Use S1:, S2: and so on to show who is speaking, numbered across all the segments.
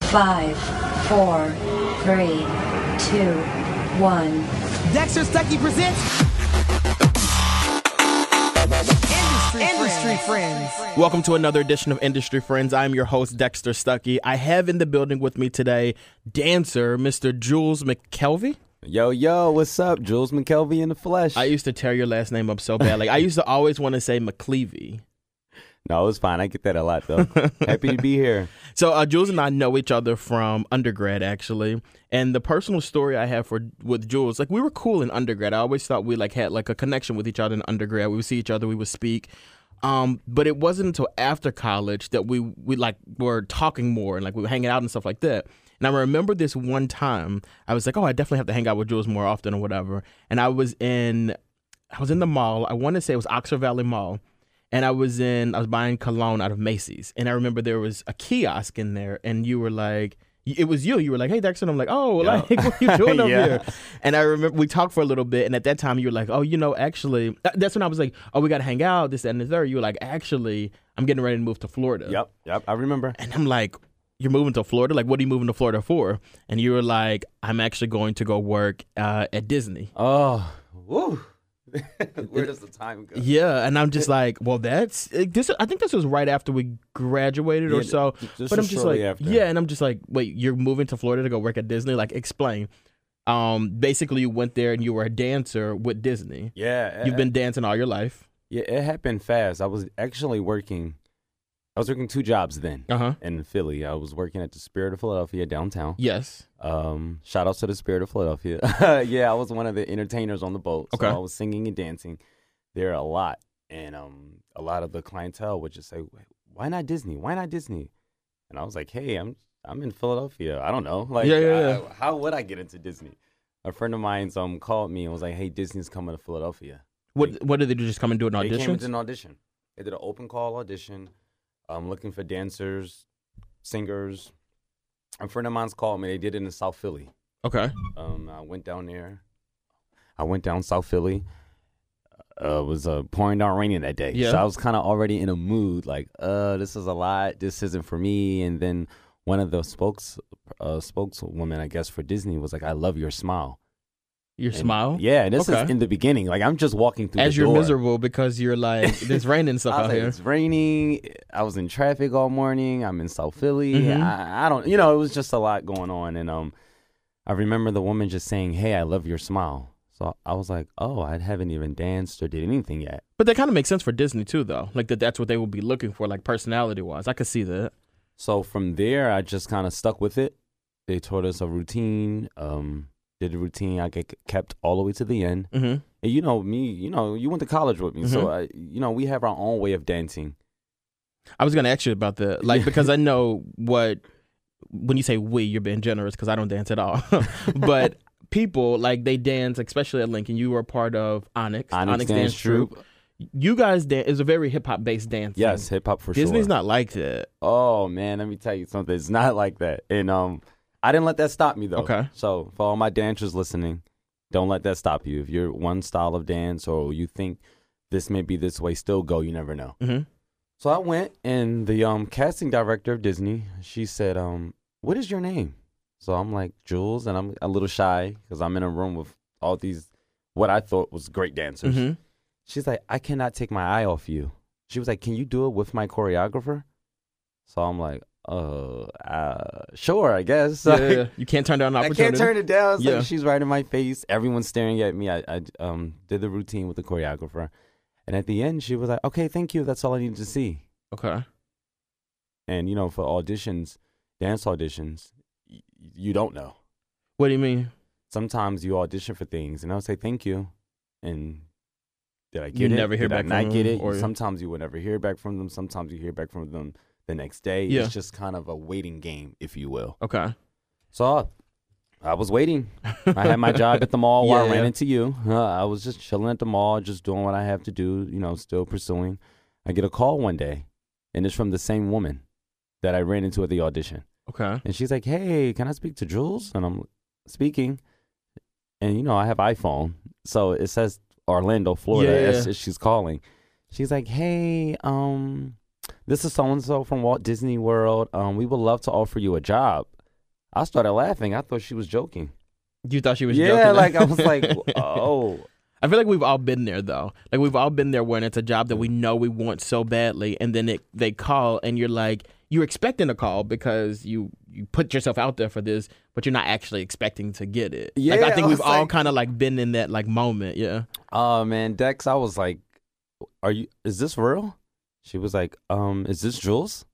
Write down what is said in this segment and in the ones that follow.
S1: Five, four, three, two, one.
S2: Dexter Stuckey presents Industry, Industry Friends.
S3: Welcome to another edition of Industry Friends. I'm your host, Dexter Stuckey. I have in the building with me today dancer, Mr. Jules McKelvey.
S4: Yo, yo, what's up? Jules McKelvey in the flesh.
S3: I used to tear your last name up so bad. Like, I used to always want to say McCleavy.
S4: no, it's fine. I get that a lot, though. Happy to be here.
S3: So, uh, Jules and I know each other from undergrad, actually. And the personal story I have for with Jules, like, we were cool in undergrad. I always thought we, like, had, like, a connection with each other in undergrad. We would see each other, we would speak. Um, but it wasn't until after college that we, we, like, were talking more and, like, we were hanging out and stuff like that. And I remember this one time, I was like, oh, I definitely have to hang out with Jules more often or whatever. And I was in, I was in the mall. I want to say it was Oxford Valley Mall. And I was in, I was buying cologne out of Macy's. And I remember there was a kiosk in there. And you were like, it was you. You were like, hey, Dexter. And I'm like, oh, like, what are you doing over
S4: Yeah.
S3: here? And I remember we talked for a little bit. And at that time, you were like, oh, you know, actually, th- that's when I was like, oh, we got to hang out, this, that, and the third. You were like, actually, I'm getting ready to move to Florida.
S4: Yep, yep, I remember.
S3: And I'm like, you're moving to Florida? Like, what are you moving to Florida for? And you were like, I'm actually going to go work uh, at Disney.
S4: Oh, woo. Where does the time go?
S3: Yeah, and I'm just like, well, that's it- this. I think this was right after we graduated or
S4: Yeah,
S3: so.
S4: th- this
S3: but I'm
S4: was
S3: just like,
S4: shortly after.
S3: yeah, and I'm just like, wait, you're moving to Florida to go work at Disney? Like, explain. Um, basically, you went there and you were a dancer with Disney.
S4: Yeah,
S3: You've been dancing all your life.
S4: Yeah, it happened fast. I was actually working. I was working two jobs then
S3: Uh huh.
S4: in Philly. I was working at the Spirit of Philadelphia downtown.
S3: Yes.
S4: Um, shout out to the Spirit of Philadelphia. yeah, I was one of the entertainers on the boat.
S3: Okay.
S4: so I was singing and dancing there a lot, and um, a lot of the clientele would just say, "Why not Disney? Why not Disney?" And I was like, "Hey, I'm I'm in Philadelphia. I don't know. Like,
S3: Yeah, yeah,
S4: I-
S3: yeah.
S4: I- how would I get into Disney?" A friend of mine's um called me and was like, "Hey, Disney's coming to Philadelphia."
S3: What What did they do? Just come and do an
S4: They came and did
S3: audition?
S4: an audition. They did an open call audition. um, looking for dancers, singers. A friend of mine's called me. They did it in South Philly.
S3: Okay.
S4: Um, I went down there. I went down South Philly. Uh, it was uh, pouring down raining that day,
S3: Yeah.
S4: so I was kind of already in a mood like, "Uh, this is a lot. This isn't for me." And then one of the spokes uh, spokeswoman, I guess, for Disney was like, "I love your smile."
S3: Your
S4: And-
S3: smile.
S4: Yeah, and this
S3: Okay.
S4: is in the beginning. Like I'm just walking through
S3: As
S4: the
S3: you're
S4: door.
S3: miserable because you're like there's rain and stuff
S4: I was
S3: out
S4: like,
S3: here.
S4: It's raining. I was in traffic all morning. I'm in South Philly.
S3: Mhm.
S4: I, I don't, you know, it was just a lot going on. And um, I remember the woman just saying, "Hey, I love your smile." So I was like, "Oh, I haven't even danced or did anything yet."
S3: But that kind of makes sense for Disney too, though. Like that that's what they will be looking for, like personality wise. I could see that.
S4: So from there, I just kind of stuck with it. They taught us a routine. Um, did a routine. I get kept all the way to the end.
S3: Mm-hmm.
S4: And you know me. You know you went to college with me, so
S3: Mhm.
S4: I, you know we have our own way of dancing.
S3: I was going to ask you about that, like because I know what when you say we, you're being generous because I don't dance at all. but people like they dance, especially at Lincoln. You were a part of Onyx,
S4: Onyx Dance
S3: You guys dance is a very hip hop based dance.
S4: Yes, hip hop for sure.
S3: Disney's not like that.
S4: Oh man, let me tell you something. It's not like that. And um I didn't let that stop me though.
S3: Okay.
S4: So for all my dancers listening, don't let that stop you. If you're one style of dance or you think this may be this way, still go, you never know.
S3: Mhm.
S4: So I went and the um casting director of Disney, she said, um, what is your name? So I'm like, Jules, and I'm a little shy because I'm in a room with all these what I thought was great dancers.
S3: Mhm.
S4: She's like, I cannot take my eye off you. She was like, Can you do it with my choreographer? So I'm like, Uh, uh sure, I guess.
S3: Yeah, yeah, yeah. you can't turn down an
S4: I
S3: opportunity.
S4: can't turn it down. It's like
S3: Yeah.
S4: she's right in my face. Everyone's staring at me. I, I um did the routine with the choreographer, and at the end, she was like, "Okay, thank you. That's all I needed to see."
S3: Okay.
S4: And you know, for auditions, dance auditions, y- you don't know.
S3: What do you mean?
S4: sometimes you audition for things, and I'll say thank you, and did I
S3: You
S4: get it?
S3: never hear
S4: did
S3: back
S4: I
S3: from
S4: not get
S3: them,
S4: it?
S3: or-
S4: Sometimes you will never hear back from them. Sometimes you hear back from them the next day.
S3: Yeah.
S4: It's just kind of a waiting game, if you will.
S3: Okay.
S4: So I, I was waiting. I had my job at the mall
S3: Yeah,
S4: while I ran
S3: yeah.
S4: into you. Uh, I was just chilling at the mall, just doing what I have to do. You know, still pursuing. I get a call one day, and it's from the same woman that I ran into at the audition.
S3: Okay.
S4: And she's like, "Hey, can I speak to Jules?" And I'm speaking, and you know I have iPhone, so it says Orlando, Florida.
S3: Yeah, yeah,
S4: as
S3: yeah.
S4: she's calling. She's like, "Hey, um, this is so and so from Walt Disney World. Um, we would love to offer you a job." I started laughing. I thought she was joking.
S3: You thought she was
S4: yeah,
S3: joking.
S4: like I was like, oh,
S3: I feel like we've all been there though. Like we've all been there when it's a job that we know we want so badly, and then it they call, and you're like, you're expecting a call because you you put yourself out there for this, but you're not actually expecting to get it. like,
S4: Yeah,
S3: I think
S4: I
S3: we've
S4: was
S3: all
S4: like-
S3: kind of like been in that like moment. Yeah,
S4: oh man, Dex. I was like, are you? Is this real? She was like, um, is this Jules?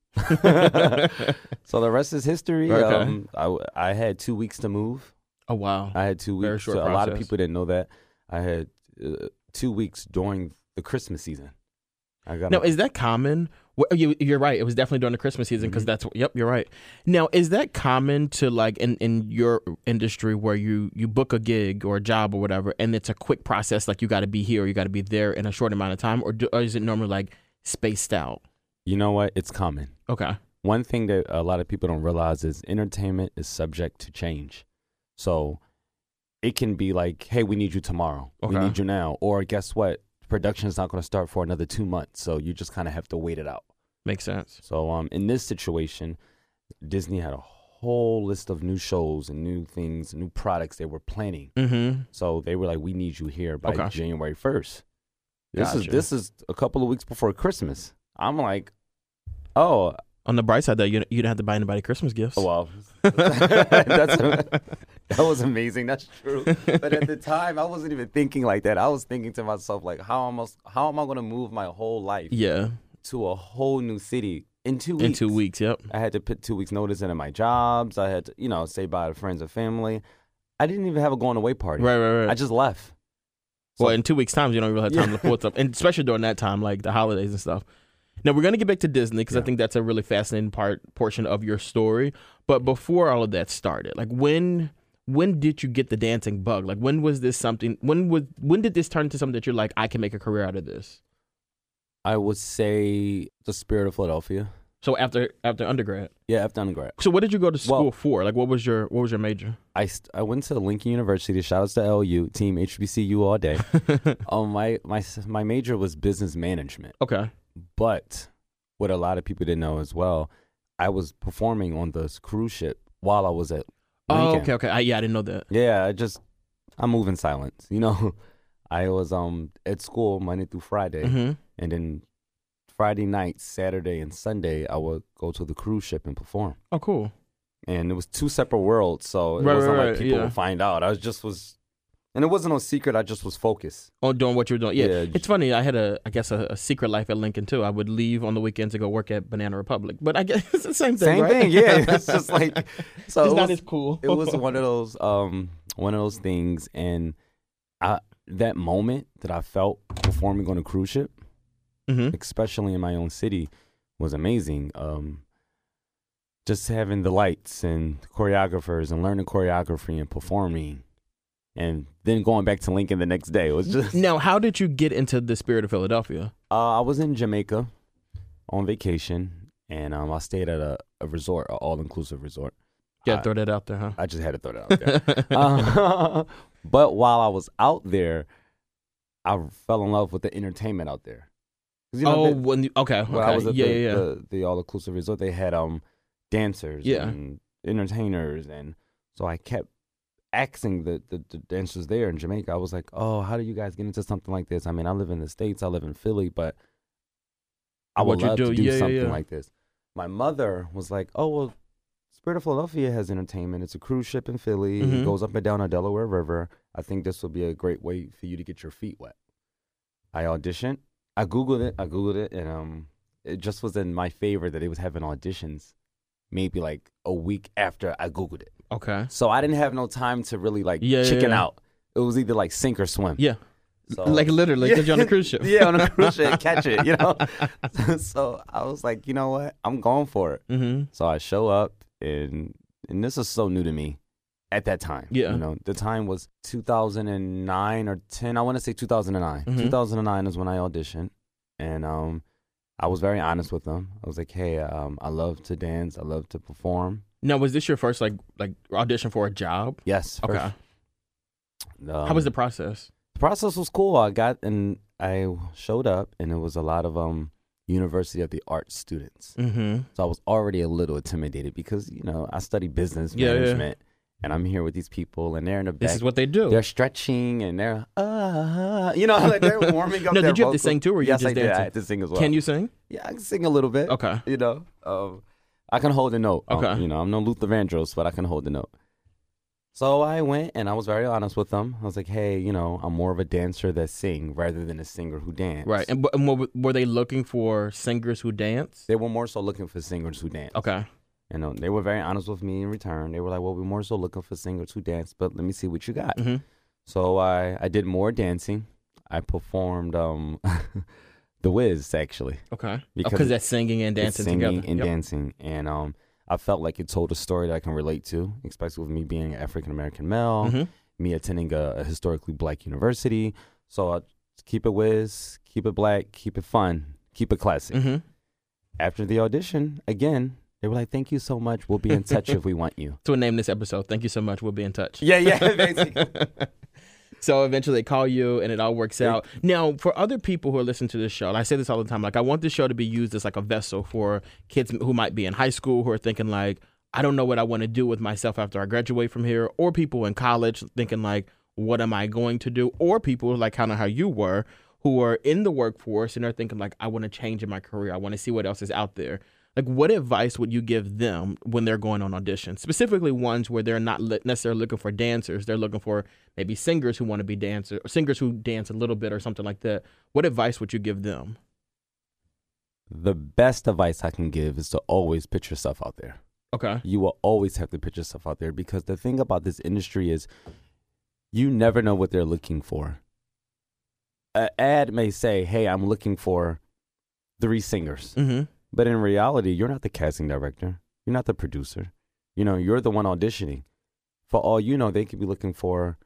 S4: so the rest is history.
S3: Okay.
S4: Um, I w- I had two weeks to move.
S3: oh wow,
S4: I had two
S3: Very
S4: weeks.
S3: short
S4: so a lot of
S3: process.
S4: people didn't know that. I had uh, two weeks during the Christmas season. I got
S3: Now,
S4: a-
S3: is that common? Well, you, you're right. It was definitely during the Christmas season because
S4: Mhm.
S3: that's yep. You're right. Now, is that common to like in, in your industry where you you book a gig or a job or whatever, and it's a quick process? Like you got to be here, or you got to be there in a short amount of time, or, do, or is it normally like spaced out?
S4: you know what? It's common.
S3: Okay.
S4: One thing that a lot of people don't realize is entertainment is subject to change. So it can be like, hey, we need you tomorrow. We
S3: Okay.
S4: need you now. Or guess what? Production's not going to start for another two months. So you just kind of have to wait it out.
S3: Makes sense.
S4: So um, in this situation, Disney had a whole list of new shows and new things, new products they were planning.
S3: Mm-hmm.
S4: So they were like, "We need you here by
S3: Okay.
S4: January 1st. This is
S3: Gotcha.
S4: this is a couple of weeks before Christmas. I'm like, "Oh,
S3: On the bright side, though, you you don't have to buy anybody Christmas gifts.
S4: oh, well, that's that was amazing. That's true." But at the time, I wasn't even thinking like that. I was thinking to myself, like, "How am I? How am I going to move my whole life
S3: yeah.
S4: to a whole new city in two weeks?
S3: In two weeks. Yep.
S4: I had to put two weeks notice in at my jobs. I had to, you know, say bye to friends and family. I didn't even have a going away party.
S3: Right. Right. Right.
S4: I just left.
S3: Well, in two weeks' time, you don't really have time
S4: Yeah.
S3: to pull stuff, and especially during that time, like the holidays and stuff. Now we're gonna get back to Disney because I
S4: Yeah.
S3: think that's a really fascinating part portion of your story. But before all of that started, like when when did you get the dancing bug? Like when was this something? When was when did this turn into something that you're like, I can make a career out of this?
S4: I would say the spirit of Philadelphia.
S3: So after after undergrad,
S4: Yeah, after undergrad,
S3: so what did you go to school
S4: Well-
S3: for? Like what was your what was your major?
S4: I st- I went to Lincoln University. Shout outs to LU team HBCU all day. um, my my s- my major was business management,
S3: Okay,
S4: but what a lot of people didn't know as well, I was performing on this cruise ship while I was at Lincoln.
S3: oh, okay, okay. I, yeah, I didn't know that.
S4: Yeah, I just I'm moving silence. You know, I was um at school Monday through Friday,
S3: hmm
S4: and then Friday night, Saturday, and Sunday I would go to the cruise ship and perform.
S3: Oh, cool.
S4: And it was two separate worlds, so it
S3: Right,
S4: wasn't
S3: right,
S4: like
S3: right,
S4: people
S3: yeah.
S4: would find out. I was just was, and it wasn't no secret. I just was focused.
S3: on Oh, doing what you were doing. Uh, Yeah,
S4: Yeah.
S3: it's funny. I had a, I guess, a, a secret life at Lincoln too. I would leave on the weekends to go work at Banana Republic, but I guess it's the same thing.
S4: Same
S3: right?
S4: thing, yeah. It's just like so.
S3: it's
S4: it
S3: not
S4: was-
S3: as cool.
S4: it was one of those um one of those things and I that moment that I felt performing on a cruise ship,
S3: Mhm.
S4: especially in my own city, was amazing. Um just having the lights and choreographers and learning choreography and performing and then going back to Lincoln the next day was just
S3: Now, how did you get into the spirit of Philadelphia?
S4: uh, I was in Jamaica on vacation and um I stayed at a, a resort, an all inclusive resort.
S3: Yeah,
S4: I-
S3: throw that out there, huh?
S4: I just had to throw that out there. Uh, but while I was out there, I fell in love with the entertainment out there. 'Cause, you know,
S3: oh,
S4: that-
S3: when you- okay, okay,
S4: when I was at
S3: yeah,
S4: the,
S3: yeah, yeah.
S4: the, the all inclusive resort, they had um dancers
S3: Yeah.
S4: and entertainers, and so I kept asking the, the the dancers there in Jamaica. I was like, "Oh, how do you guys get into something like this? I mean, I live in the states, I live in Philly, but I
S3: What
S4: would
S3: you
S4: love
S3: do,
S4: to do
S3: yeah, yeah,
S4: something
S3: yeah.
S4: like this." My mother was like, "Oh well." Spirit of Philadelphia has entertainment. It's a cruise ship in Philly.
S3: Mhm.
S4: It goes up and down the Delaware River. I think this would be a great way for you to get your feet wet. I auditioned. I googled it. I googled it, and um, it just was in my favor that they was having auditions, maybe like a week after I googled it.
S3: okay,
S4: So I didn't have no time to really like
S3: Yeah, yeah,
S4: chicken
S3: yeah.
S4: out. It was either like sink or swim.
S3: yeah,
S4: So-
S3: like literally, because you're on a cruise ship.
S4: yeah, on a cruise ship, catch it. You know. so I was like, you know what? I'm going for it.
S3: hmm
S4: So I show up, and and this is so new to me at that time.
S3: Yeah.
S4: you know, the time was 2009 or 10. I want to say 2009.
S3: Mhm.
S4: 2009 is when I auditioned, and um, I was very honest with them. I was like, hey, um, I love to dance. I love to perform.
S3: Now, was this your first like like audition for a job?
S4: Yes.
S3: Okay,
S4: first.
S3: how was the
S4: Um,
S3: process?
S4: the process was cool. I got and I showed up, and it was a lot of um University of the Arts students.
S3: Mm-hmm.
S4: So I was already a little intimidated because, you know, I study business
S3: Yeah, yeah.
S4: management and I'm here with these people and they're in the back.
S3: This is what they do.
S4: they're stretching and they're, uh, you know, like they're warming up.
S3: No,
S4: their
S3: did you have to
S4: vocals.
S3: sing too, or you
S4: yes,
S3: just
S4: I did. I
S3: dancing?
S4: had to sing as well.
S3: Can you sing?
S4: Yeah, I can sing a little bit.
S3: Okay.
S4: You know, um, I can hold a note. Um,
S3: Okay.
S4: you know, I'm no Luther Vandross, but I can hold a note. So I went and I was very honest with them. I was like, hey, you know, I'm more of a dancer that sing rather than a singer who dance.
S3: Right. And, but- and what, were they looking for singers who dance?
S4: They were more so looking for singers who dance.
S3: Okay.
S4: You know, they were very honest with me in return. They were like, well, we're more so looking for singers who dance, but let me see what you got.
S3: hmm
S4: So I, I did more dancing. I performed um, The Wiz, actually.
S3: Okay.
S4: Because
S3: Because
S4: it-
S3: Oh, that's singing and
S4: It's
S3: dancing
S4: singing
S3: together.
S4: and
S3: Yep.
S4: dancing and um i felt like it told a story that i can relate to especially with me being an african american male
S3: Mhm.
S4: me attending a, a historically black university so i keep it whiz keep it black keep it fun keep it classic
S3: Mhm.
S4: after the audition again they were like thank you so much we'll be in touch if we want you
S3: So we'll name this episode. Thank you so much. We'll be in touch.
S4: yeah yeah basically.
S3: So eventually they call you and it all works out. Now, for other people who are listening to this show, and I say this all the time, like I want this show to be used as like a vessel for kids who might be in high school who are thinking like, I don't know what I want to do with myself after I graduate from here, or people in college thinking like, what am I going to do? Or people like kind of how you were, who are in the workforce and are thinking like, I want to change in my career. I want to see what else is out there. Like, what advice would you give them when they're going on auditions? Specifically, ones where they're not li- necessarily looking for dancers; they're looking for maybe singers who want to be dancers, singers who dance a little bit or something like that. What advice would you give them?
S4: the best advice i can give is to always put yourself out there
S3: Okay.
S4: you will always have to put yourself out there because the thing about this industry is you never know what they're looking for. An ad may say, Hey, I'm looking for three singers.
S3: Mm-hmm.
S4: But in reality, you're not the casting director, you're not the producer. You know, you're the one auditioning. For all you know, they could be looking for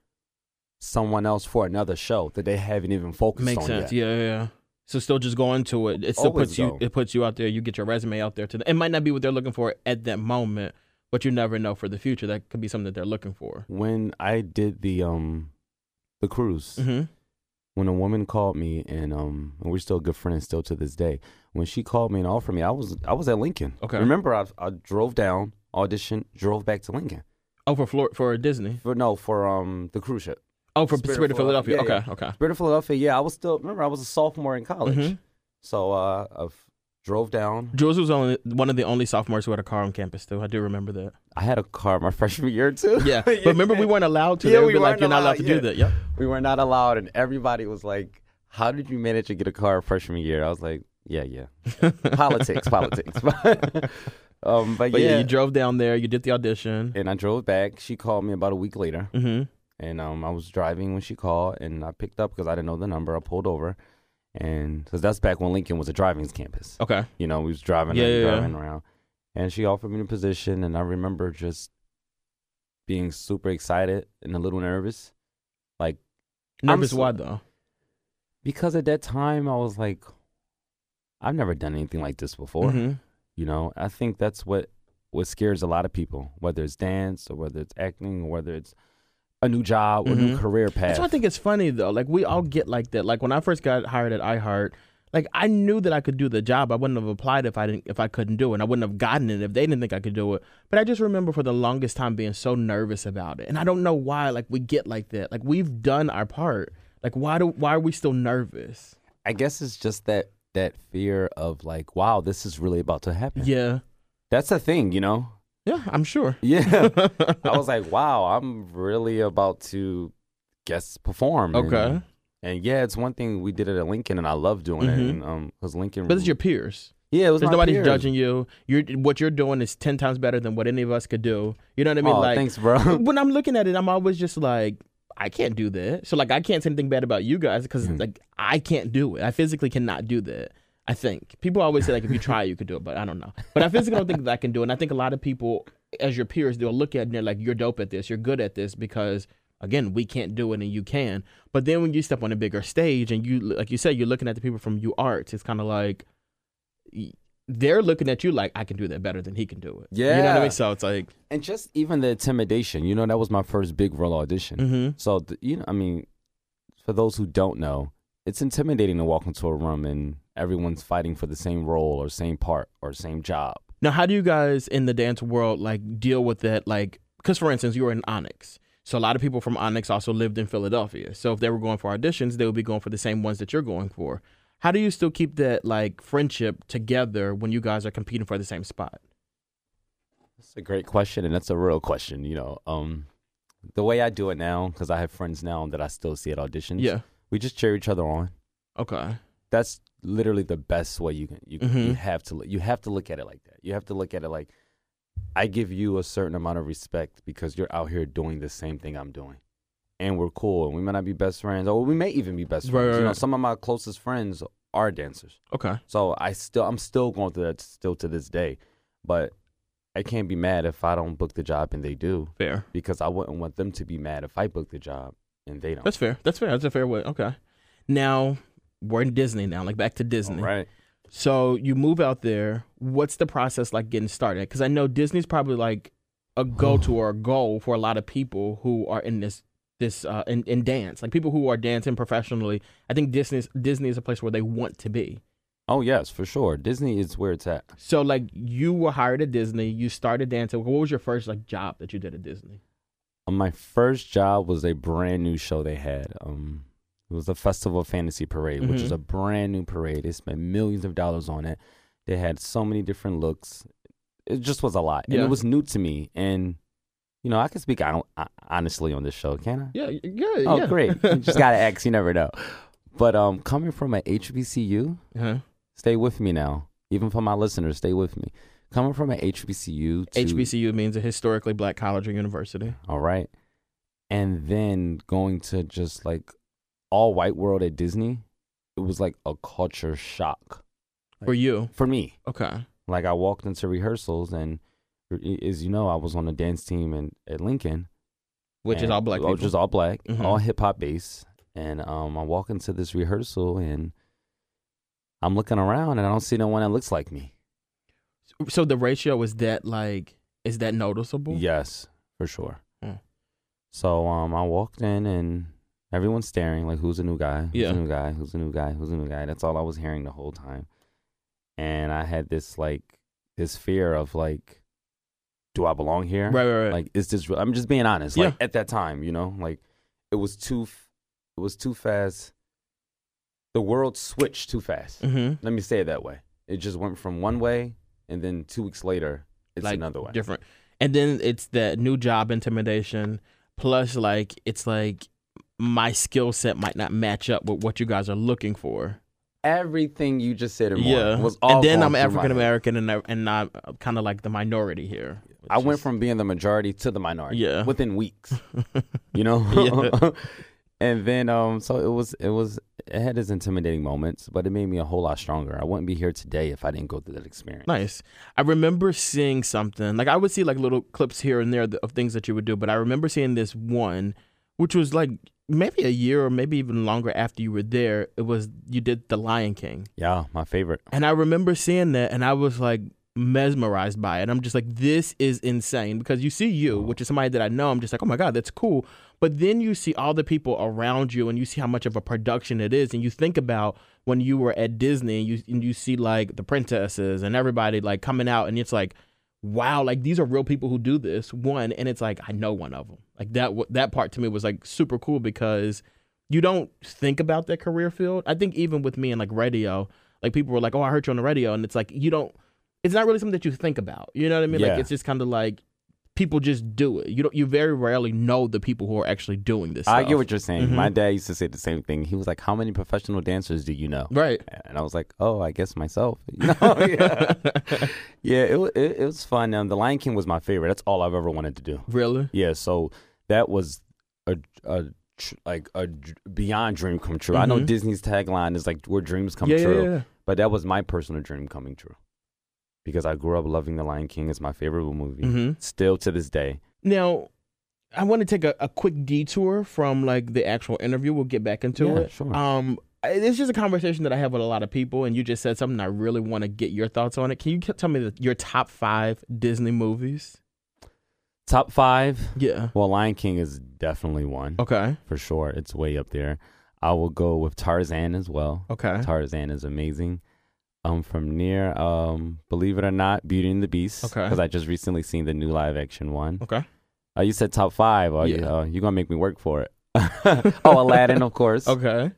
S4: someone else for another show that they haven't even focused
S3: Makes
S4: on
S3: sense.
S4: yet.
S3: Yeah, yeah. yeah. So still just go into it. It still
S4: Always,
S3: puts you.
S4: though.
S3: It puts you out there. You get your resume out there to them. It might not be what they're looking for at that moment, but you never know for the future. That could be something that they're looking for.
S4: When I did the um the cruise,
S3: Mm-hmm.
S4: when a woman called me and um and we're still good friends still to this day when she called me and offered me i was i was at lincoln
S3: Okay.
S4: remember i, I drove down auditioned drove back to lincoln
S3: Oh, for Flor- for Disney.
S4: for no for um the cruise ship
S3: Oh, for
S4: Spirit of
S3: Spirit, of Philadelphia.
S4: Philadelphia.
S3: Okay. Okay.
S4: spirit of philadelphia yeah i was still remember i was a sophomore in college
S3: Mhm.
S4: so uh i've drove down
S3: Jules was only one of the only sophomores who had a car on campus, though. I do remember that.
S4: i had a car my freshman year too
S3: Yeah, but remember we weren't allowed to.
S4: Yeah,
S3: they would
S4: we
S3: be like,
S4: weren't
S3: "You're not
S4: allowed-
S3: allowed to
S4: yeah.
S3: do that." Yep.
S4: we were not allowed and everybody was like how did you manage to get a car freshman year i was like yeah yeah politics politics um but,
S3: But yeah.
S4: yeah
S3: you drove down there. You did the audition.
S4: and I drove back. She called me about a week later,
S3: hmm
S4: and um, I was driving when she called, and I picked up because I didn't know the number. I pulled over, and because that's back when Lincoln was a driving campus.
S3: Okay.
S4: You know, we was driving,
S3: Yeah,
S4: and
S3: yeah, yeah.
S4: driving around, and she offered me the position, and I remember just being super excited and a little nervous
S3: Nervous
S4: so-
S3: why though?
S4: because at that time I was like, I've never done anything like this before.
S3: Mhm.
S4: You know, I think that's what what scares a lot of people, whether it's dance or whether it's acting or whether it's a new job or new
S3: Mhm.
S4: career path.
S3: That's why I think it's funny though. Like we all get like that. Like when I first got hired at iHeart, like I knew that I could do the job. I wouldn't have applied if I didn't if I couldn't do it. And I wouldn't have gotten it if they didn't think I could do it. But I just remember for the longest time being so nervous about it. And I don't know why like we get like that. Like we've done our part. Like why do why are we still nervous?
S4: I guess it's just that that fear of like, wow, this is really about to happen.
S3: Yeah.
S4: That's a thing, you know.
S3: Yeah, I'm sure.
S4: Yeah, I was like, wow, I'm really about to guess perform. and-
S3: Okay.
S4: And, yeah, it's one thing we did it at Lincoln, and I love doing it.
S3: Mhm.
S4: And, um, because Lincoln,
S3: But it's your peers.
S4: yeah, it was
S3: There's
S4: my
S3: nobody
S4: peers.
S3: judging you. You're what you're doing is ten times better than what any of us could do. You know what I mean?
S4: Aw,
S3: like
S4: thanks, bro.
S3: when I'm looking at it, I'm always just like, I can't do that. So like I can't say anything bad about you guys because
S4: Mm.
S3: like I can't do it. I physically cannot do that. I think people always say like if you try you could do it, but I don't know. But I physically don't think that I can do it. And I think a lot of people, as your peers, they'll look at it and they're like, you're dope at this. You're good at this because again, we can't do it and you can. But then when you step on a bigger stage and you like you said, you're looking at the people from U Arts. It's kind of like y- they're looking at you like I can do that better than he can do it. you know what I
S4: Yeah.
S3: mean. So it's like
S4: and just even the intimidation you know that was my first big role audition
S3: Mhm.
S4: so th- you know i mean for those who don't know it's intimidating to walk into a room and everyone's fighting for the same role or same part or same job.
S3: Now, how do you guys in the dance world like deal with that? Like, because for instance, you were in Onyx. So a lot of people from Onyx also lived in Philadelphia. So if they were going for auditions, they would be going for the same ones that you're going for. How do you still keep that like friendship together when you guys are competing for the same spot?
S4: That's a great question, and that's a real question. You know, um, the way I do it now, because I have friends now that I still see at auditions.
S3: Yeah.
S4: we just cheer each other on.
S3: Okay.
S4: That's literally the best way you can. You, you
S3: Mhm.
S4: have to. look- You have to look at it like that. You have to look at it like I give you a certain amount of respect because you're out here doing the same thing I'm doing, and we're cool, and we might not be best friends, or we may even be best
S3: Right,
S4: friends.
S3: right,
S4: you know,
S3: right.
S4: some of my closest friends are dancers.
S3: Okay.
S4: So I still I'm still going through that still to this day. But I can't be mad if I don't book the job and they do
S3: Fair.
S4: because I wouldn't want them to be mad if I book the job and they don't.
S3: That's fair. That's fair. That's a fair way. Okay. Now we're in Disney now. Like back to Disney.
S4: Right.
S3: So you move out there. What's the process like getting started? Because I know Disney's probably like a go-to or a goal for a lot of people who are in this this uh, in, in dance, like people who are dancing professionally. I think Disney's Disney is a place where they want to be.
S4: Oh yes, for sure. Disney is where it's at.
S3: So like you were hired at Disney, you started dancing. What was your first like job that you did at Disney?
S4: Uh, My first job was a brand new show they had. Um it was the Festival Fantasy Parade, which
S3: Mhm.
S4: is a brand new parade. They spent millions of dollars on it. They had so many different looks. It just was a lot. And
S3: Yeah.
S4: it was new to me. And, you know, I can speak hon- honestly on this show, can I?
S3: Yeah, yeah.
S4: Oh,
S3: yeah.
S4: great. You just got to ask. You never know. But um, coming from an HBCU,
S3: Huh?
S4: stay with me now. Even for my listeners, stay with me. Coming from an HBCU to
S3: HBCU means a historically black college or university.
S4: all right, and then going to just like all white world at Disney, it was like a culture shock
S3: For you,
S4: for me.
S3: okay,
S4: Like I walked into rehearsals, and i- as you know, I was on a dance team in, at Lincoln,
S3: which is
S4: and-
S3: all black
S4: oh,
S3: people.
S4: Which is all black,
S3: Mhm.
S4: all hip hop bass. And um, I walk into this rehearsal and I'm looking around and I don't see no one that looks like me.
S3: so the ratio is that like is that noticeable?
S4: Yes, for sure.
S3: Mm.
S4: So um, I walked in and everyone's staring like, "Who's a new guy? Who's
S3: Yeah.
S4: a new guy? Who's a new guy? Who's a new guy?" That's all I was hearing the whole time. And I had this like this fear of like, "Do I belong here?
S3: Right, right, right.
S4: like is this real? i'm just being honest like at that time you know like it was too f- it was too fast the world switched too fast
S3: mm-hmm.
S4: let me say it that way it just went from one way and then two weeks later it's
S3: like
S4: another way
S3: different. And then it's that new job intimidation plus like it's like my skill set might not match up with what you guys are looking for.
S4: everything you just said and more
S3: Yeah,
S4: was all
S3: and then
S4: going
S3: I'm
S4: through my
S3: African
S4: head.
S3: American and I, and I'm kind of like the minority here. which
S4: i went
S3: is-
S4: from being the majority to the minority
S3: Yeah.
S4: within weeks you know
S3: Yeah.
S4: and then um so it was it was it had its intimidating moments but it made me a whole lot stronger i wouldn't be here today if i didn't go through that experience
S3: Nice. I remember seeing something. Like I would see like little clips here and there th- of things that you would do, but I remember seeing this one, which was like maybe a year or maybe even longer after you were there. It was you did The Lion King,
S4: yeah my favorite
S3: and I remember seeing that, and I was like mesmerized by it. I'm just like, this is insane because you see you, which is somebody that I know. I'm just like, oh my god, that's cool. But then you see all the people around you, and you see how much of a production it is, and you think about when you were at Disney, and you and you see like the princesses and everybody like coming out, and it's like. Wow, like these are real people who do this. One, and it's like I know one of them. Like that, wa- that part to me was like super cool because you don't think about that career field. I think even with me and like radio, like people were like, "Oh, I heard you on the radio," and it's like you don't. It's not really something that you think about. You know what I mean?
S4: Yeah.
S3: Like it's just kind of like people just do it. You don't. You very rarely know the people who are actually doing this.
S4: I
S3: stuff.
S4: get what you're saying.
S3: Mhm.
S4: My dad used to say the same thing. He was like, "How many professional dancers do you know?"
S3: Right.
S4: And I was like, "Oh, I guess myself." You know? Oh, yeah, yeah. It, wa- it it was fun. Um, the Lion King was my favorite. That's all I've ever wanted to do.
S3: Really?
S4: Yeah. So that was a a tr- like a dr- beyond dream come true. I know
S3: Mhm.
S4: Disney's tagline is like where dreams come
S3: yeah, yeah,
S4: true,
S3: yeah,
S4: but that was my personal dream coming true because I grew up loving the Lion King. It's my favorite movie
S3: Mhm.
S4: still to this day.
S3: Now, I want to take a, a quick detour from like the actual interview. We'll get back into
S4: Yeah,
S3: it.
S4: sure.
S3: Um, I- it's just a conversation that I have with a lot of people, and you just said something. I really want to get your thoughts on it. Can you k- tell me the, your top five Disney movies?
S4: Top five.
S3: Yeah.
S4: Well, Lion King is definitely one.
S3: Okay.
S4: for sure. It's way up there. I will go with Tarzan as well.
S3: Okay.
S4: Tarzan is amazing. um from near um believe it or not Beauty and the Beast
S3: Okay.
S4: because I just recently seen the new live action one.
S3: Okay.
S4: Uh, you said top five. Are you?
S3: Yeah.
S4: Uh, you gonna make me work for it? oh, Aladdin, of course.
S3: Okay.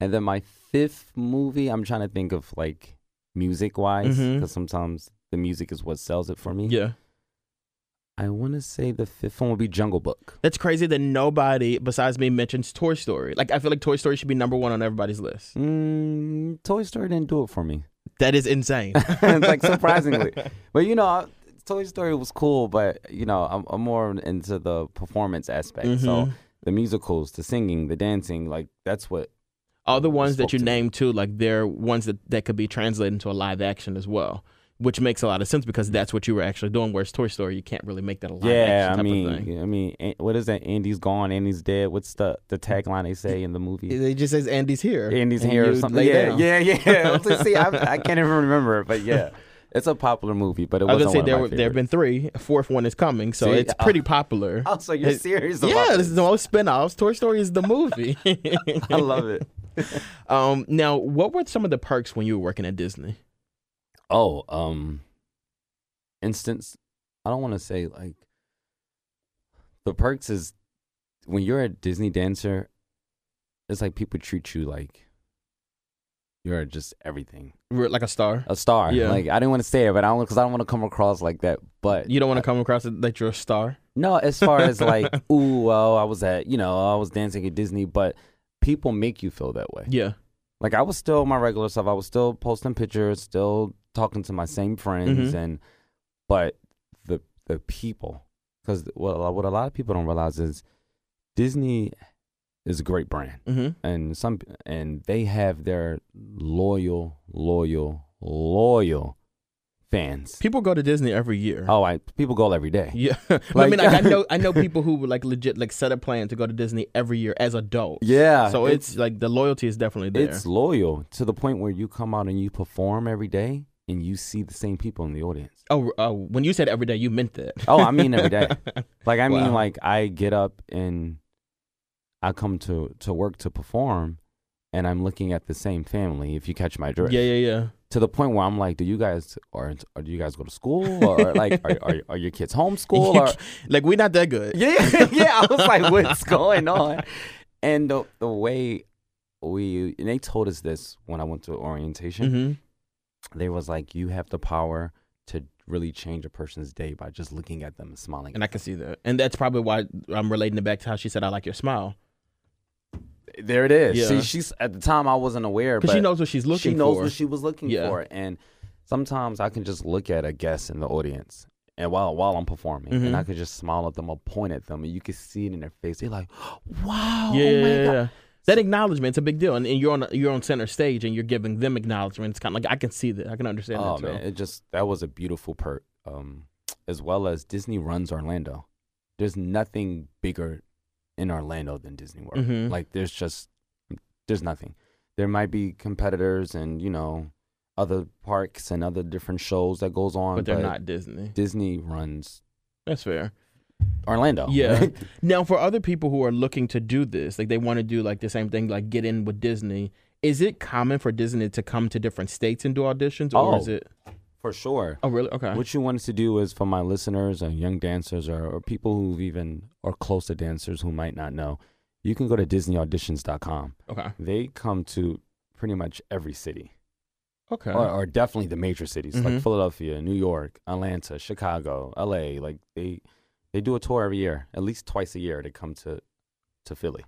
S4: And then my fifth movie, I'm trying to think of like music wise, because
S3: Mhm.
S4: sometimes the music is what sells it for me.
S3: Yeah.
S4: I want to say the fifth one would be Jungle Book.
S3: That's crazy that nobody besides me mentions Toy Story. Like I feel like Toy Story should be number one on everybody's list.
S4: Mm, Toy Story didn't do it for me.
S3: That is insane.
S4: It's like surprisingly, but you know, I- Toy Story was cool, but you know, I'm, I'm more into the performance aspect. So
S3: Mhm.
S4: the musicals, the singing, the dancing, like that's what.
S3: All the ones that you
S4: Spoke to me.
S3: named too, like they're ones that, that could be translated into a live action as well. Which makes a lot of sense because that's what you were actually doing. Whereas Toy Story, you can't really make that a live action
S4: yeah,
S3: type
S4: I
S3: of thing.
S4: mean, I mean, An- what is that? Andy's gone, Andy's dead. What's the the tagline they say in the movie?
S3: It just says Andy's here.
S4: Andy's
S3: and
S4: hair or
S3: you
S4: something.
S3: lay
S4: Yeah,
S3: down.
S4: yeah, yeah, Let's see, I, I can't even remember it, but yeah, it's a popular movie. But it
S3: I was gonna
S4: wasn't
S3: say
S4: one
S3: there
S4: of my
S3: were, there have
S4: favorites.
S3: been three. A fourth one is coming, so
S4: See?
S3: it's pretty popular.
S4: Oh, so you're
S3: It-
S4: serious? About
S3: yeah,
S4: this.
S3: this is the most spin-offs. Toy Story is the movie.
S4: I love it.
S3: Um, now, what were some of the perks when you were working at Disney?
S4: Oh, um, instance. I don't want to say like the perks is when you're a Disney dancer, it's like people treat you like you're just everything,
S3: We're Like a star.
S4: a star.
S3: Yeah.
S4: Like I didn't want to say it, but I don't because I don't want to come across like that. But
S3: You don't want to come across it that you're a star.
S4: No, as far as like, ooh, well, I was at, you know, I was dancing at Disney, but people make you feel that way.
S3: Yeah.
S4: Like I was still my regular self. I was still posting pictures, still talking to my same friends,
S3: Mhm.
S4: and but the the people, because well, what a lot of people don't realize is Disney is a great brand,
S3: Mm-hmm.
S4: and some and they have their loyal, loyal, loyal fans.
S3: People go to Disney every year.
S4: Oh, I people go every day.
S3: Yeah. But I
S4: Like-
S3: mean, like, I know I know people who would like legit like set a plan to go to Disney every year as adults.
S4: Yeah,
S3: So it's, like the loyalty is definitely there.
S4: It's loyal to the point where you come out and you perform every day and you see the same people in the audience.
S3: oh, oh, when you said every day, you meant that.
S4: Oh, I mean every day. Like I mean
S3: Wow.
S4: like I get up and I come to to work to perform and I'm looking at the same family if you catch my drift.
S3: yeah, yeah, yeah.
S4: To the point where I'm like, do you guys or, or do you guys go to school or like are, are are your kids homeschooled
S3: You
S4: or
S3: ca- like we're not that good.
S4: yeah, yeah. I was like, what's going on? And the, the way we and they told us this when I went to orientation.
S3: Mm-hmm.
S4: they was like, you have the power to really change a person's day by just looking at them and smiling.
S3: And I can see that. And that's probably why I'm relating it back to how she said, I like your smile.
S4: there it is.
S3: Yeah.
S4: See, she's at the time I wasn't aware, but
S3: Because she knows what she's looking
S4: she knows
S3: for.
S4: what she was looking
S3: Yeah.
S4: for. And sometimes I can just look at a guest in the audience. And while while I'm performing,
S3: Mhm.
S4: and I could just smile at them or point at them, and you can see it in their face. They're like, "Wow,
S3: yeah,
S4: oh my
S3: yeah,
S4: god!"
S3: yeah. That acknowledgement's a big deal, and, and you're on you're on center stage, and you're giving them acknowledgement. It's kind of like I can see that, I can understand
S4: Oh
S3: that too.
S4: man, it just that was a beautiful perk. Um, as well as Disney runs Orlando. There's nothing bigger in Orlando than Disney World.
S3: Mhm.
S4: Like there's just there's nothing. There might be competitors and you know other parks and other different shows that goes on,
S3: But they're not Disney.
S4: Disney runs
S3: That's fair.
S4: Orlando.
S3: Yeah. now, for other people who are looking to do this, like they want to do like the same thing, like get in with Disney. Is it common for Disney to come to different states and do auditions, or
S4: Oh.
S3: is it?
S4: for sure.
S3: Oh, really? Okay.
S4: What you wanted to do is for my listeners and young dancers or, or people who even are close to dancers who might not know, you can go to DisneyAuditions.com.
S3: okay.
S4: they come to pretty much every city,
S3: Okay.
S4: or, or definitely the major cities
S3: Mhm.
S4: like Philadelphia, New York, Atlanta, Chicago, L.A. Like they they do a tour every year, at least twice a year. They come to to Philly.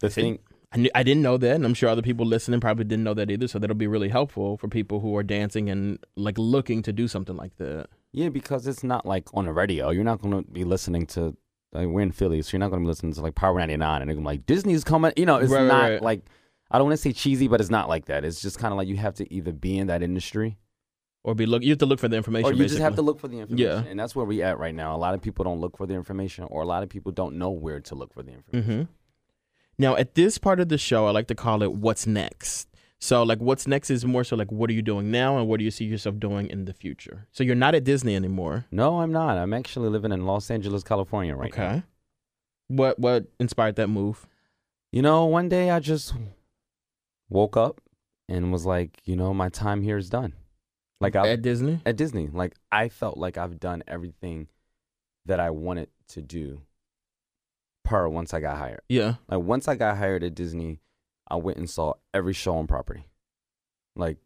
S4: The
S3: See?
S4: thing,
S3: I, knew, I didn't know that, and I'm sure other people listening probably didn't know that either. So that'll be really helpful for people who are dancing and like looking to do something like that.
S4: yeah, because it's not like on the radio. You're not going to be listening to. Like, we're in Philly, so you're not going to be listening to like Power 99, and they're gonna be like Disney's coming. You know, it's
S3: Right, right,
S4: not
S3: right.
S4: like I don't want to say cheesy, but it's not like that. It's just kind of like you have to either be in that industry
S3: Or be look. You have to look for the information.
S4: Or you just have to
S3: basically.
S4: look for the information.
S3: Yeah.
S4: And that's where we at right now. A lot of people don't look for the information or a lot of people don't know where to look for the
S3: Mhm.
S4: information.
S3: Now, at this part of the show, I like to call it "What's Next." So, like, what's next is more so like, what are you doing now, and what do you see yourself doing in the future? So, you're not at Disney anymore.
S4: No, I'm not. I'm actually living in Los Angeles, California right now.
S3: okay. What what inspired that move?
S4: You know, one day I just woke up and was like, you know, my time here is done. Like I
S3: at Disney.
S4: at Disney, like I felt like I've done everything that I wanted to do. Per once I got hired,
S3: Yeah.
S4: like once I got hired at Disney, I went and saw every show on property, like,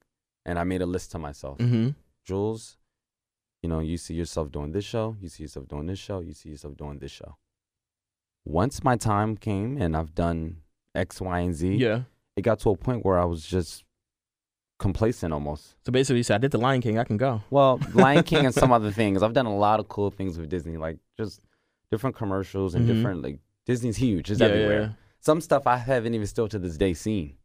S4: and I made a list to myself.
S3: Mm-hmm.
S4: Jules, you know, you see yourself doing this show, you see yourself doing this show, you see yourself doing this show. Once my time came and I've done X, Y, and Z,
S3: Yeah.
S4: it got to a point where I was just complacent almost.
S3: So basically, you said I did the Lion King. I can go.
S4: Well, Lion King and some other things. I've done a lot of cool things with Disney, like just different commercials and
S3: Mhm.
S4: different like Disney's huge. It's
S3: Yeah, yeah,
S4: everywhere.
S3: yeah.
S4: Some stuff I haven't even still to this day seen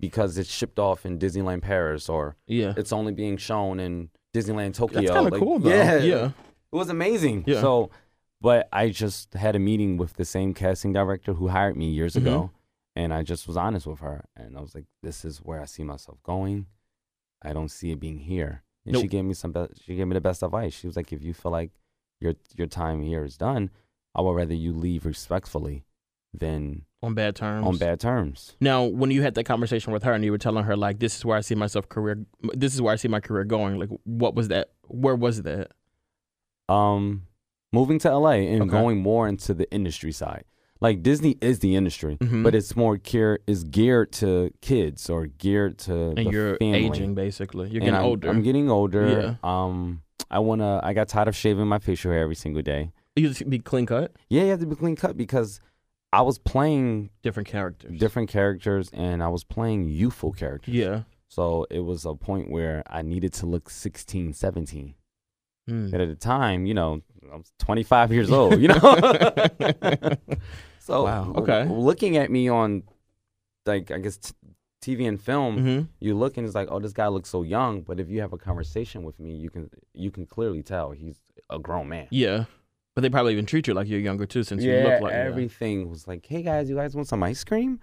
S4: because it's shipped off in Disneyland Paris or
S3: Yeah.
S4: it's only being shown in Disneyland Tokyo.
S3: That's kind of
S4: Like,
S3: cool though.
S4: Yeah,
S3: Yeah.
S4: it was amazing.
S3: Yeah.
S4: So, but I just had a meeting with the same casting director who hired me years
S3: Mm-hmm.
S4: ago, and I just was honest with her, and I was like, "This is where I see myself going. I don't see it being here." And she
S3: Nope.
S4: gave me some. Be- she gave me the best advice. She was like, "If you feel like your your time here is done, I would rather you leave respectfully than
S3: On bad terms.
S4: on bad terms."
S3: Now, when you had that conversation with her and you were telling her like, "This is where I see myself career. This is where I see my career going." Like, what was that? Where was that?
S4: um moving to LA and
S3: Okay.
S4: going more into the industry side. Like Disney is the industry,
S3: Mhm.
S4: but it's more geared is geared to kids or geared to
S3: And
S4: the
S3: you're
S4: family.
S3: aging, basically. You're
S4: And
S3: getting
S4: I'm-
S3: older.
S4: I'm getting older. Um, I wanna. I got tired of shaving my facial hair every single day.
S3: you just be clean cut,
S4: Yeah, you have to be clean cut because I was playing
S3: different characters.
S4: different characters and I was playing youthful characters.
S3: Yeah.
S4: So it was a point where I needed to look 16, 17.
S3: Mm.
S4: And at the time, you know, I was 25 years old, you know? so,
S3: Wow,
S4: l-
S3: okay.
S4: looking at me on, like, I guess t- TV and film,
S3: hmm
S4: you look and it's like, oh, this guy looks so young. But if you have a conversation with me, you can you can clearly tell he's a grown man.
S3: Yeah. But they probably even treat you like you're younger too, since you
S4: yeah,
S3: look like that.
S4: everything was like, hey guys, you guys want some ice cream?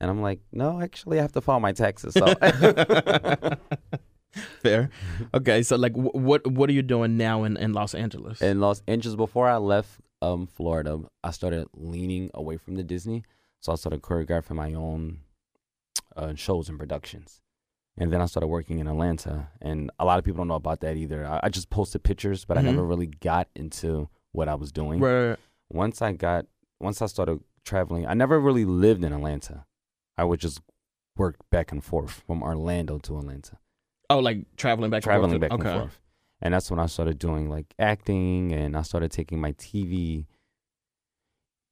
S4: And I'm like, no, actually, I have to file my taxes. So,
S3: Fair. Okay, so like, wh- what what are you doing now in, in Los Angeles?
S4: in Los Angeles before I left um Florida, I started leaning away from the Disney. So I started choreographing my own uh, shows and productions. And then I started working in Atlanta. And a lot of people don't know about that either. I, I just posted pictures, but
S3: Mhm.
S4: I never really got into what I was doing.
S3: Where
S4: Once I got, once I started traveling, I never really lived in Atlanta. I would just work back and forth from Orlando to Atlanta
S3: oh, like traveling back,
S4: traveling
S3: and
S4: back
S3: forth. okay.
S4: and forth. And that's when I started doing like acting and I started taking my TV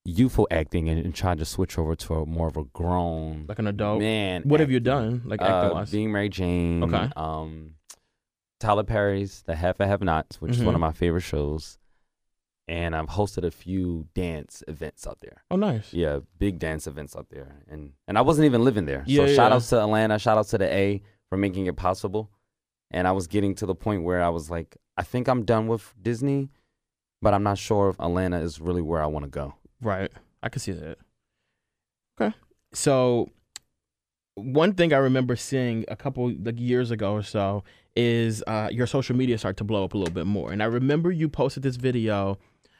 S4: youthful acting and, and trying to switch over to a more of a grown
S3: like an adult.
S4: man.
S3: what have you
S4: acting.
S3: done, like
S4: Uh,
S3: acting wise?
S4: being Mary Jane.
S3: Okay.
S4: Um Tyler Perry's The Have and Have Nots, which is one
S3: Mhm.
S4: of my favorite shows. And I've hosted a few dance events out there.
S3: oh, nice.
S4: Yeah, big dance events up there, and and I wasn't even living there.
S3: Yeah,
S4: so shout
S3: yeah.
S4: outs to Atlanta, shout outs to the A for making it possible. And I was getting to the point where I was like, I think I'm done with Disney, but I'm not sure if Atlanta is really where I want to go.
S3: Right. I can see that. Okay. So one thing I remember seeing a couple like years ago or so is uh, your social media start to blow up a little bit more. And I remember you posted this video.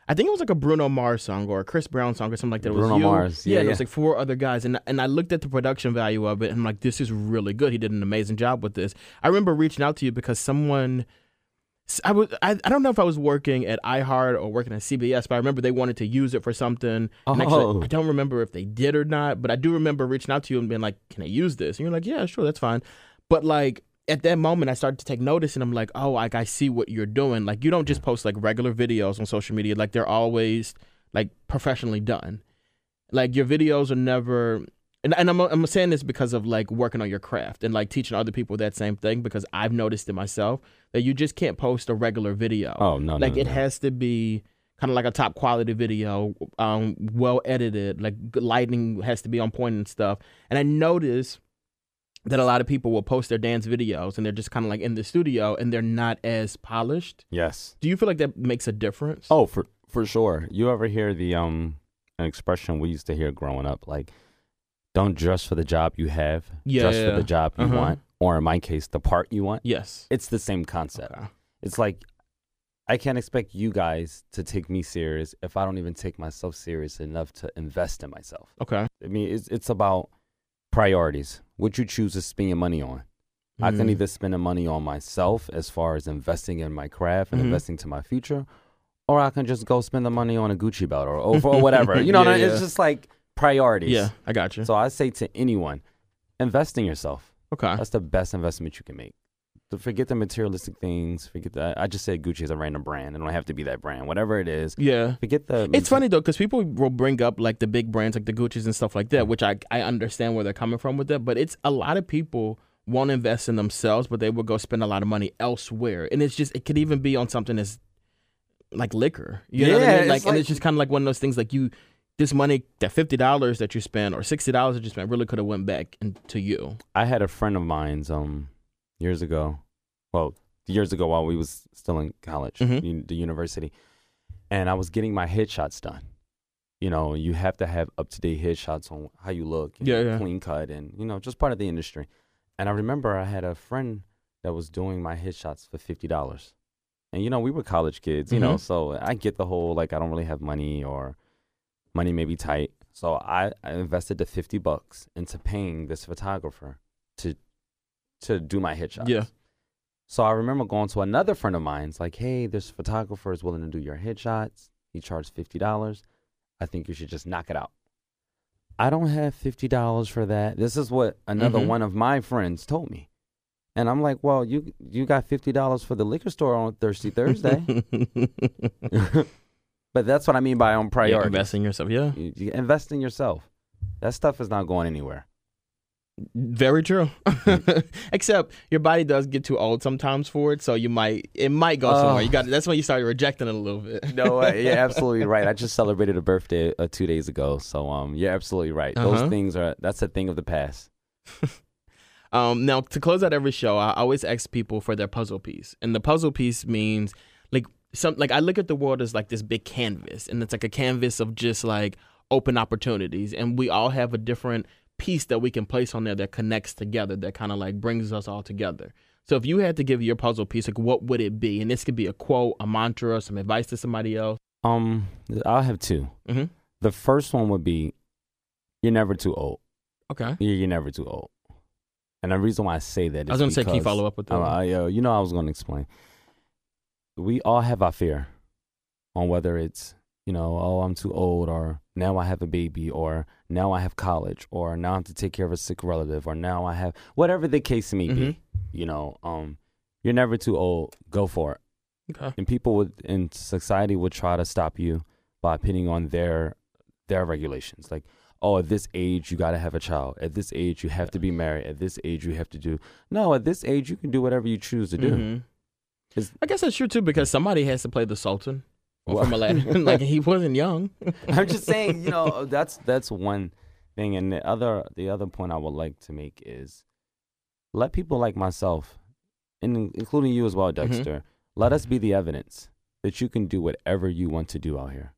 S3: I think it was like a Bruno Mars song or a Chris Brown song or something like that. It was
S4: Bruno
S3: you.
S4: Mars. Yeah,
S3: and It
S4: yeah.
S3: was like four other guys. And and I looked at the production value of it and I'm like, this is really good. He did an amazing job with this. I remember reaching out to you because someone s- I was I, I don't know if I was working at iHeart or working at CBS, but I remember they wanted to use it for something. And
S4: Oh.
S3: actually, I don't remember if they did or not, but I do remember reaching out to you and being like, "Can I use this?" And you're like, "Yeah, sure, that's fine." But like at that moment, I started to take notice, and I'm like, "Oh, like I see what you're doing. Like you don't just post like regular videos on social media. Like they're always like professionally done. Like your videos are never." And, and I'm, I'm saying this because of like working on your craft and like teaching other people that same thing because I've noticed it myself that you just can't post a regular video.
S4: Oh no,
S3: like
S4: no,
S3: it
S4: no.
S3: has to be kind of like a top quality video, um, well edited. Like good lighting has to be on point and stuff. And I notice that a lot of people will post their dance videos and they're just kind of like in the studio and they're not as polished.
S4: yes.
S3: Do you feel like that makes a difference?
S4: Oh, for for sure. You ever hear the um an expression we used to hear growing up, like don't dress for the job you have,
S3: Yeah,
S4: dress
S3: yeah,
S4: for the job you
S3: Uh-huh.
S4: want, or in my case, the part you want.
S3: yes.
S4: It's uh, the same concept.
S3: Okay.
S4: it's like I can't expect you guys to take me serious if I don't even take myself serious enough to invest in myself.
S3: Okay.
S4: I mean, it's it's about priorities. What you choose to spend your money on. I
S3: Mm. Mm-hmm.
S4: can either spend the money on myself as far as investing in my craft and
S3: Mhm.
S4: investing to my future, or I can just go spend the money on a Gucci belt or over or whatever. You know, what I
S3: Yeah,
S4: mean?
S3: yeah.
S4: it's just like priorities.
S3: Yeah, I got you.
S4: So I say to anyone, invest in yourself.
S3: okay.
S4: That's the best investment you can make. So forget the materialistic things. Forget that. I just said Gucci is a random brand. It don't have to be that brand. Whatever it is,
S3: Yeah.
S4: forget the.
S3: It's funny though, because people will bring up like the big brands, like the Gucci's and stuff like that, which I I understand where they're coming from with that. But it's a lot of people won't invest in themselves, but they will go spend a lot of money elsewhere, and it's just it could even be on something that's like liquor, you know what
S4: Yeah,
S3: I mean?
S4: it's
S3: Like, and
S4: like-
S3: it's just kind of like one of those things like you. This money, that fifty dollars that you spent or sixty dollars that you spent, really could have went back into you.
S4: I had a friend of mine's um years ago, well years ago while we was still in college,
S3: Mhm.
S4: u- the university, and I was getting my headshots done. You know, you have to have up to date headshots on how you look, you
S3: Yeah,
S4: know,
S3: yeah.
S4: clean cut, and you know just part of the industry. And I remember I had a friend that was doing my headshots for fifty dollars, and you know we were college kids, you know,
S3: Mhm.
S4: so I get the whole like I don't really have money or money may be tight. So I, I invested the fifty bucks into paying this photographer to to do my headshots.
S3: Yeah.
S4: So I remember going to another friend of mine's like, hey, this photographer is willing to do your headshots. He charged fifty dollars. I think you should just knock it out. I don't have fifty dollars for that. This is what another
S3: Mhm.
S4: one of my friends told me. And I'm like, well, you you got fifty dollars for the liquor store on Thirsty Thursday. but that's what I mean by on
S3: Yeah,
S4: priority.
S3: invest in yourself, yeah,
S4: You, you invest in yourself. That stuff is not going anywhere.
S3: very true. Except your body does get too old sometimes for it, so you might it might go
S4: Oh.
S3: somewhere. You got that's when you start rejecting it a little bit.
S4: No, uh, you're absolutely right. I just celebrated a birthday uh, two days ago, so um, you're absolutely right.
S3: Uh-huh.
S4: Those things are that's a thing of the past.
S3: Um, now to close out every show, I always ask people for their puzzle piece, and the puzzle piece means like some like I look at the world as like this big canvas, and it's like a canvas of just like open opportunities, and we all have a different piece that we can place on there that connects together, that kind of like brings us all together. So if you had to give your puzzle piece, like what would it be? And this could be a quote, a mantra, some advice to somebody else.
S4: Um, I'll have two.
S3: Mm-hmm.
S4: The first one would be, you're never too old.
S3: Okay,
S4: You're, you're never too old. And the reason why I say that is
S3: I was gonna say, can you
S4: because-
S3: follow up with that?
S4: Uh, I, uh, you know, I was going to explain. We all have our fear on whether it's, you know, oh, I'm too old, or now I have a baby, or now I have college, or now I have to take care of a sick relative, or now I have whatever the case may
S3: Mhm.
S4: be. You know, um, you're never too old. Go for it.
S3: okay,
S4: And people would in society would try to stop you by pinning on their their regulations. Like, oh, at this age you gotta have a child. At this age you have to be married. At this age you have to do no, at this age you can do whatever you choose to do.
S3: Mhm.
S4: It's-
S3: I guess that's true too because somebody has to play the Sultan
S4: Well-
S3: from Aladdin. like he wasn't young.
S4: I'm just saying, you know, that's that's one thing. And the other the other point I would like to make is let people like myself, and including you as well,
S3: Mm-hmm.
S4: Dexter, let us be the evidence that you can do whatever you want to do out here.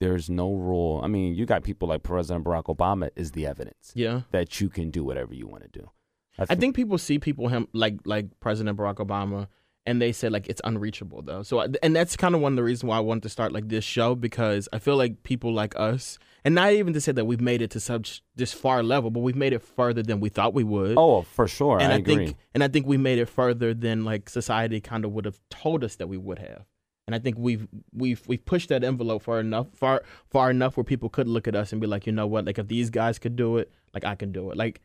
S4: There's no rule. I mean, you got people like President Barack Obama is the evidence
S3: Yeah.
S4: that you can do whatever you want to do.
S3: I think people see people him like like President Barack Obama, and they say like it's unreachable though. So I- and that's kind of one of the reasons why I wanted to start like this show because I feel like people like us, and not even to say that we've made it to such this far level, but we've made it further than we thought we would.
S4: Oh, for sure.
S3: and
S4: I,
S3: I,
S4: agree.
S3: think and I think we made it further than like society kind of would have told us that we would have. And I think we've we've we've pushed that envelope far enough far far enough where people could look at us and be like, you know what? Like if these guys could do it, like I can do it. Like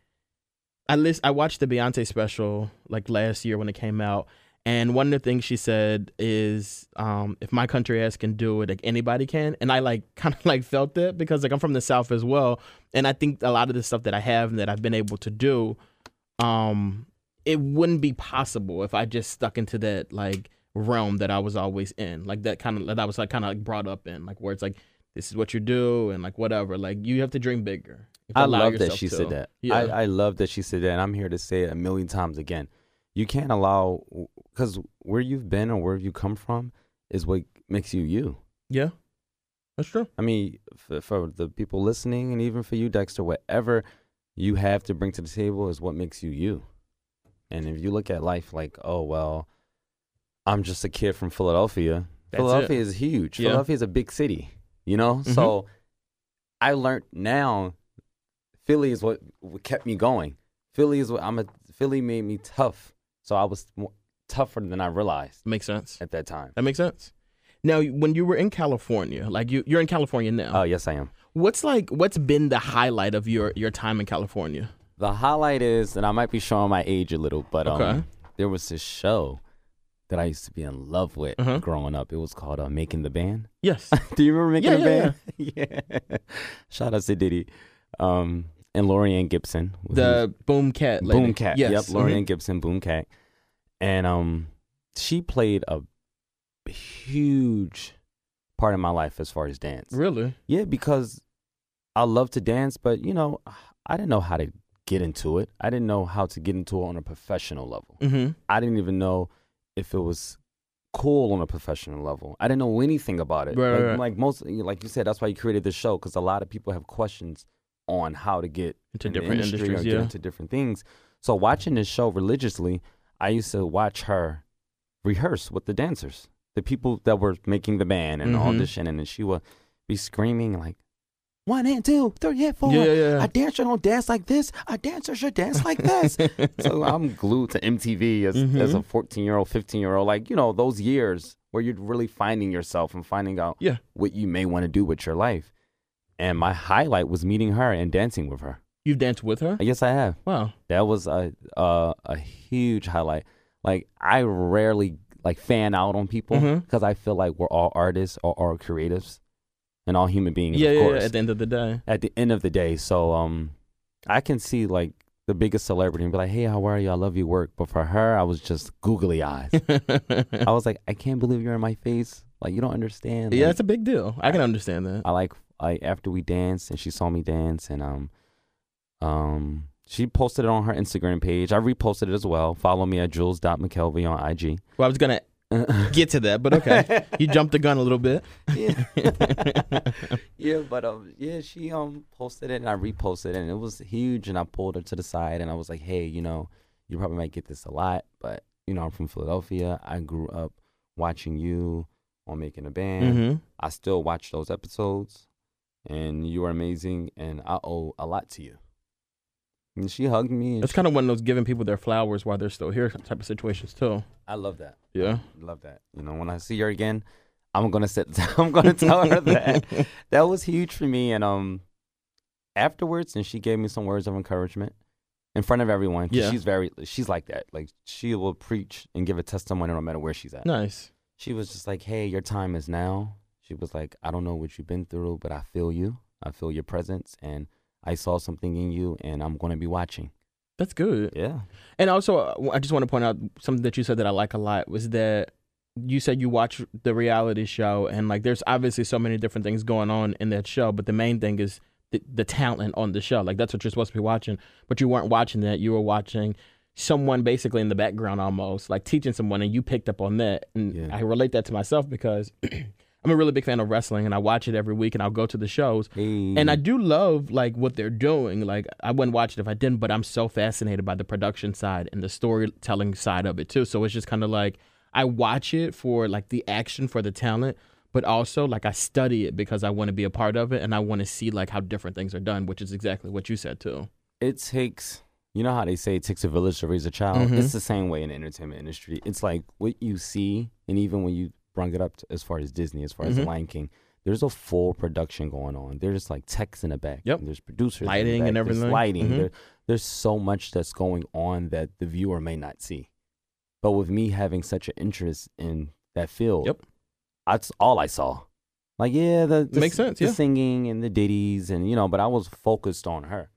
S3: I list I watched the Beyonce special like last year when it came out. And one of the things she said is, um, if my country ass can do it, like anybody can. And I like kind of like felt that because like I'm from the South as well. And I think a lot of the stuff that I have and that I've been able to do, um it wouldn't be possible if I just stuck into that like realm that I was always in, like that kind of that I was like kind of like brought up in, like where it's like this is what you do and like whatever, like you have to dream bigger. If you
S4: I
S3: allow
S4: love that
S3: yourself
S4: she
S3: to.
S4: said that.
S3: Yeah,
S4: I, I love that she said that. And I'm here to say it a million times again. You can't allow, because where you've been or where you come from is what makes you you.
S3: yeah, that's true.
S4: I mean, for, for the people listening and even for you, Dexter, whatever you have to bring to the table is what makes you you. And if you look at life like, oh, well, I'm just a kid from Philadelphia,
S3: That's it.
S4: Philadelphia is huge.
S3: Yeah. Mm-hmm.
S4: Philadelphia is a big city, you know? So I learned now Philly is what, what kept me going. Philly is what I'm a Philly made me tough, so I was more tougher than I realized
S3: Makes sense.
S4: at that time.
S3: That makes sense. Now, when you were in California, like you, you're in California now.
S4: Oh yes, I am.
S3: what's like? What's been the highlight of your your time in California?
S4: The highlight is, and I might be showing my age a little, but um,
S3: Okay.
S4: there was this show that I used to be in love with
S3: Uh-huh.
S4: growing up. It was called uh, Making the Band.
S3: Yes.
S4: Do you remember Making
S3: Yeah, yeah,
S4: the Band? Yeah. Shout out to Diddy. Um, and Lorianne Gibson. was
S3: the Boom Cat. lady.
S4: Boom Cat.
S3: Yes.
S4: Yep, Lorianne
S3: Mhm.
S4: Gibson, Boom Cat. And um she played a huge part of my life as far as dance.
S3: Really?
S4: Yeah, because I love to dance, but you know, I didn't know how to get into it. I didn't know how to get into it on a professional level.
S3: Mm-hmm.
S4: I didn't even know if it was cool on a professional level. I didn't know anything about it.
S3: Right,
S4: like,
S3: right, right.
S4: like most like you said, that's why you created this show because a lot of people have questions on how to get
S3: Into
S4: in the
S3: different
S4: industry
S3: industries,
S4: or get
S3: yeah.
S4: into different things. So watching this show religiously, I used to watch her rehearse with the dancers, the people that were making the band and
S3: Mhm.
S4: auditioning, and she would be screaming like. One and two, three and four.
S3: Yeah, yeah, yeah.
S4: A dancer don't dance like this. A dancer should dance like this. so I'm glued to MTV as, as
S3: Mm-hmm.
S4: a 14 year old, 15 year old. Like, you know, those years where you're really finding yourself and finding out
S3: Yeah.
S4: what you may want to do with your life. And my highlight was meeting her and dancing with her.
S3: You've danced with her?
S4: Yes, I have.
S3: Wow.
S4: That was a a, a huge highlight. Like I rarely like fan out on people
S3: Mhm.
S4: because I feel like we're all artists or all creatives and all human beings.
S3: Yeah,
S4: of
S3: yeah, yeah.
S4: course.
S3: At the end of the day.
S4: At the end of the day, so um, I can see like the biggest celebrity and be like, "Hey, how are you? I love your work." But for her, I was just googly eyes. I was like, "I can't believe you're in my face. Like you don't understand."
S3: yeah,
S4: Like,
S3: it's a big deal. I can understand that.
S4: I like like after we danced and she saw me dance and um um she posted it on her Instagram page. I reposted it as well. Follow me at Jules.McKelvey on IG.
S3: Well, I was gonna get to that, but okay. you jumped the gun a little bit.
S4: Yeah. yeah, but um yeah, she um posted it and I reposted it and it was huge and I pulled her to the side and I was like, Hey, you know, you probably might get this a lot, but you know, I'm from Philadelphia. I grew up watching you on making a band.
S3: Mm-hmm.
S4: I still watch those episodes, and you are amazing, and I owe a lot to you. And she hugged me. And
S3: It's
S4: she-
S3: kind of one of those giving people their flowers while they're still here type of situations too.
S4: I love that.
S3: Yeah.
S4: Love that. You know, when I see her again, I'm gonna sit. I'm gonna tell her that that was huge for me. And um, afterwards, and she gave me some words of encouragement in front of everyone. 'cause
S3: Yeah.
S4: she's very. She's like that. Like she will preach and give a testimony no matter where she's at.
S3: Nice.
S4: she was just like, "Hey, your time is now." She was like, "I don't know what you've been through, but I feel you. I feel your presence, and I saw something in you, and I'm going to be watching."
S3: That's good.
S4: Yeah,
S3: And also, uh, I just want to point out something that you said that I like a lot was that you said you watch the reality show, and like there's obviously so many different things going on in that show, but the main thing is the, the talent on the show. Like that's what you're supposed to be watching, but you weren't watching that. You were watching someone basically in the background almost, like teaching someone, and you picked up on that. And
S4: Yeah.
S3: I relate that to myself because. I'm a really big fan of wrestling and I watch it every week and I'll go to the shows and
S4: Mm-hmm.
S3: I do love like what they're doing. Like I wouldn't watch it if I didn't, but I'm so fascinated by the production side and the storytelling side of it too. So it's just kind of like I watch it for like the action for the talent, but also like I study it because I want to be a part of it and I want to see like how different things are done, which is exactly what you said too.
S4: it takes. You know how they say it takes a village to raise a child.
S3: Mhm.
S4: It's the same way in the entertainment industry. It's like what you see, and even when you brung it up to, as far as Disney, as far as
S3: Mhm.
S4: Lion King, there's a full production going on. There's like techs in the back.
S3: Yep.
S4: There's producers, in the
S3: Lighting and
S4: back, there's
S3: everything.
S4: lighting.
S3: Mhm.
S4: There- there's so much that's going on that the viewer may not see. But with me having such an interest in that field,
S3: Yep.
S4: that's all I saw. Like, yeah, the, the
S3: Makes sense,
S4: The
S3: yeah.
S4: singing and the ditties, and you know, but I was focused on her.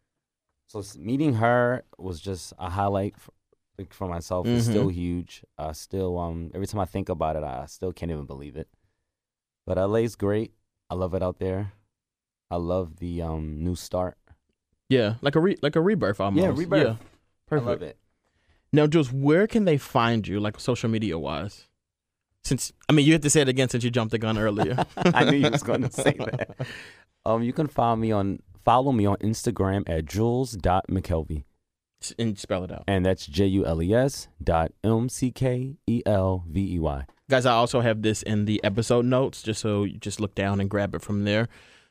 S4: So s- meeting her was just a highlight for, like, for myself. It's
S3: Mhm.
S4: still huge. I still, um, every time I think about it, I still can't even believe it. But LA's great. I love it out there. I love the um new start.
S3: Yeah, like a re- like a rebirth almost.
S4: rebirth.
S3: Perfect.
S4: I love it.
S3: Now, Jules, where can they find you, like social media wise? Since I mean, you have to say it again since you jumped the gun earlier.
S4: I knew you was going to say that. Um, you can find me on follow me on Instagram at jules.mckelvey.
S3: and spell it out.
S4: and that's J U L E S dot M C K E L V E Y.
S3: Guys, I also have this in the episode notes, just so you just look down and grab it from there.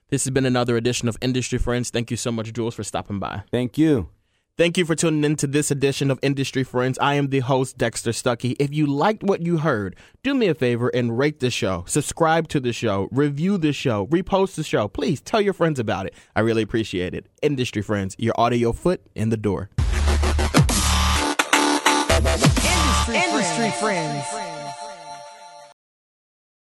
S3: This has been another edition of Industry Friends. Thank you so much, Jules, for stopping by.
S4: Thank you.
S3: Thank you for tuning in to this edition of Industry Friends. I am the host, Dexter Stuckey. If you liked what you heard, do me a favor and rate the show, subscribe to the show, review the show, repost the show. Please tell your friends about it. I really appreciate it. Industry Friends, your audio foot in the door.
S2: Industry, Industry friends.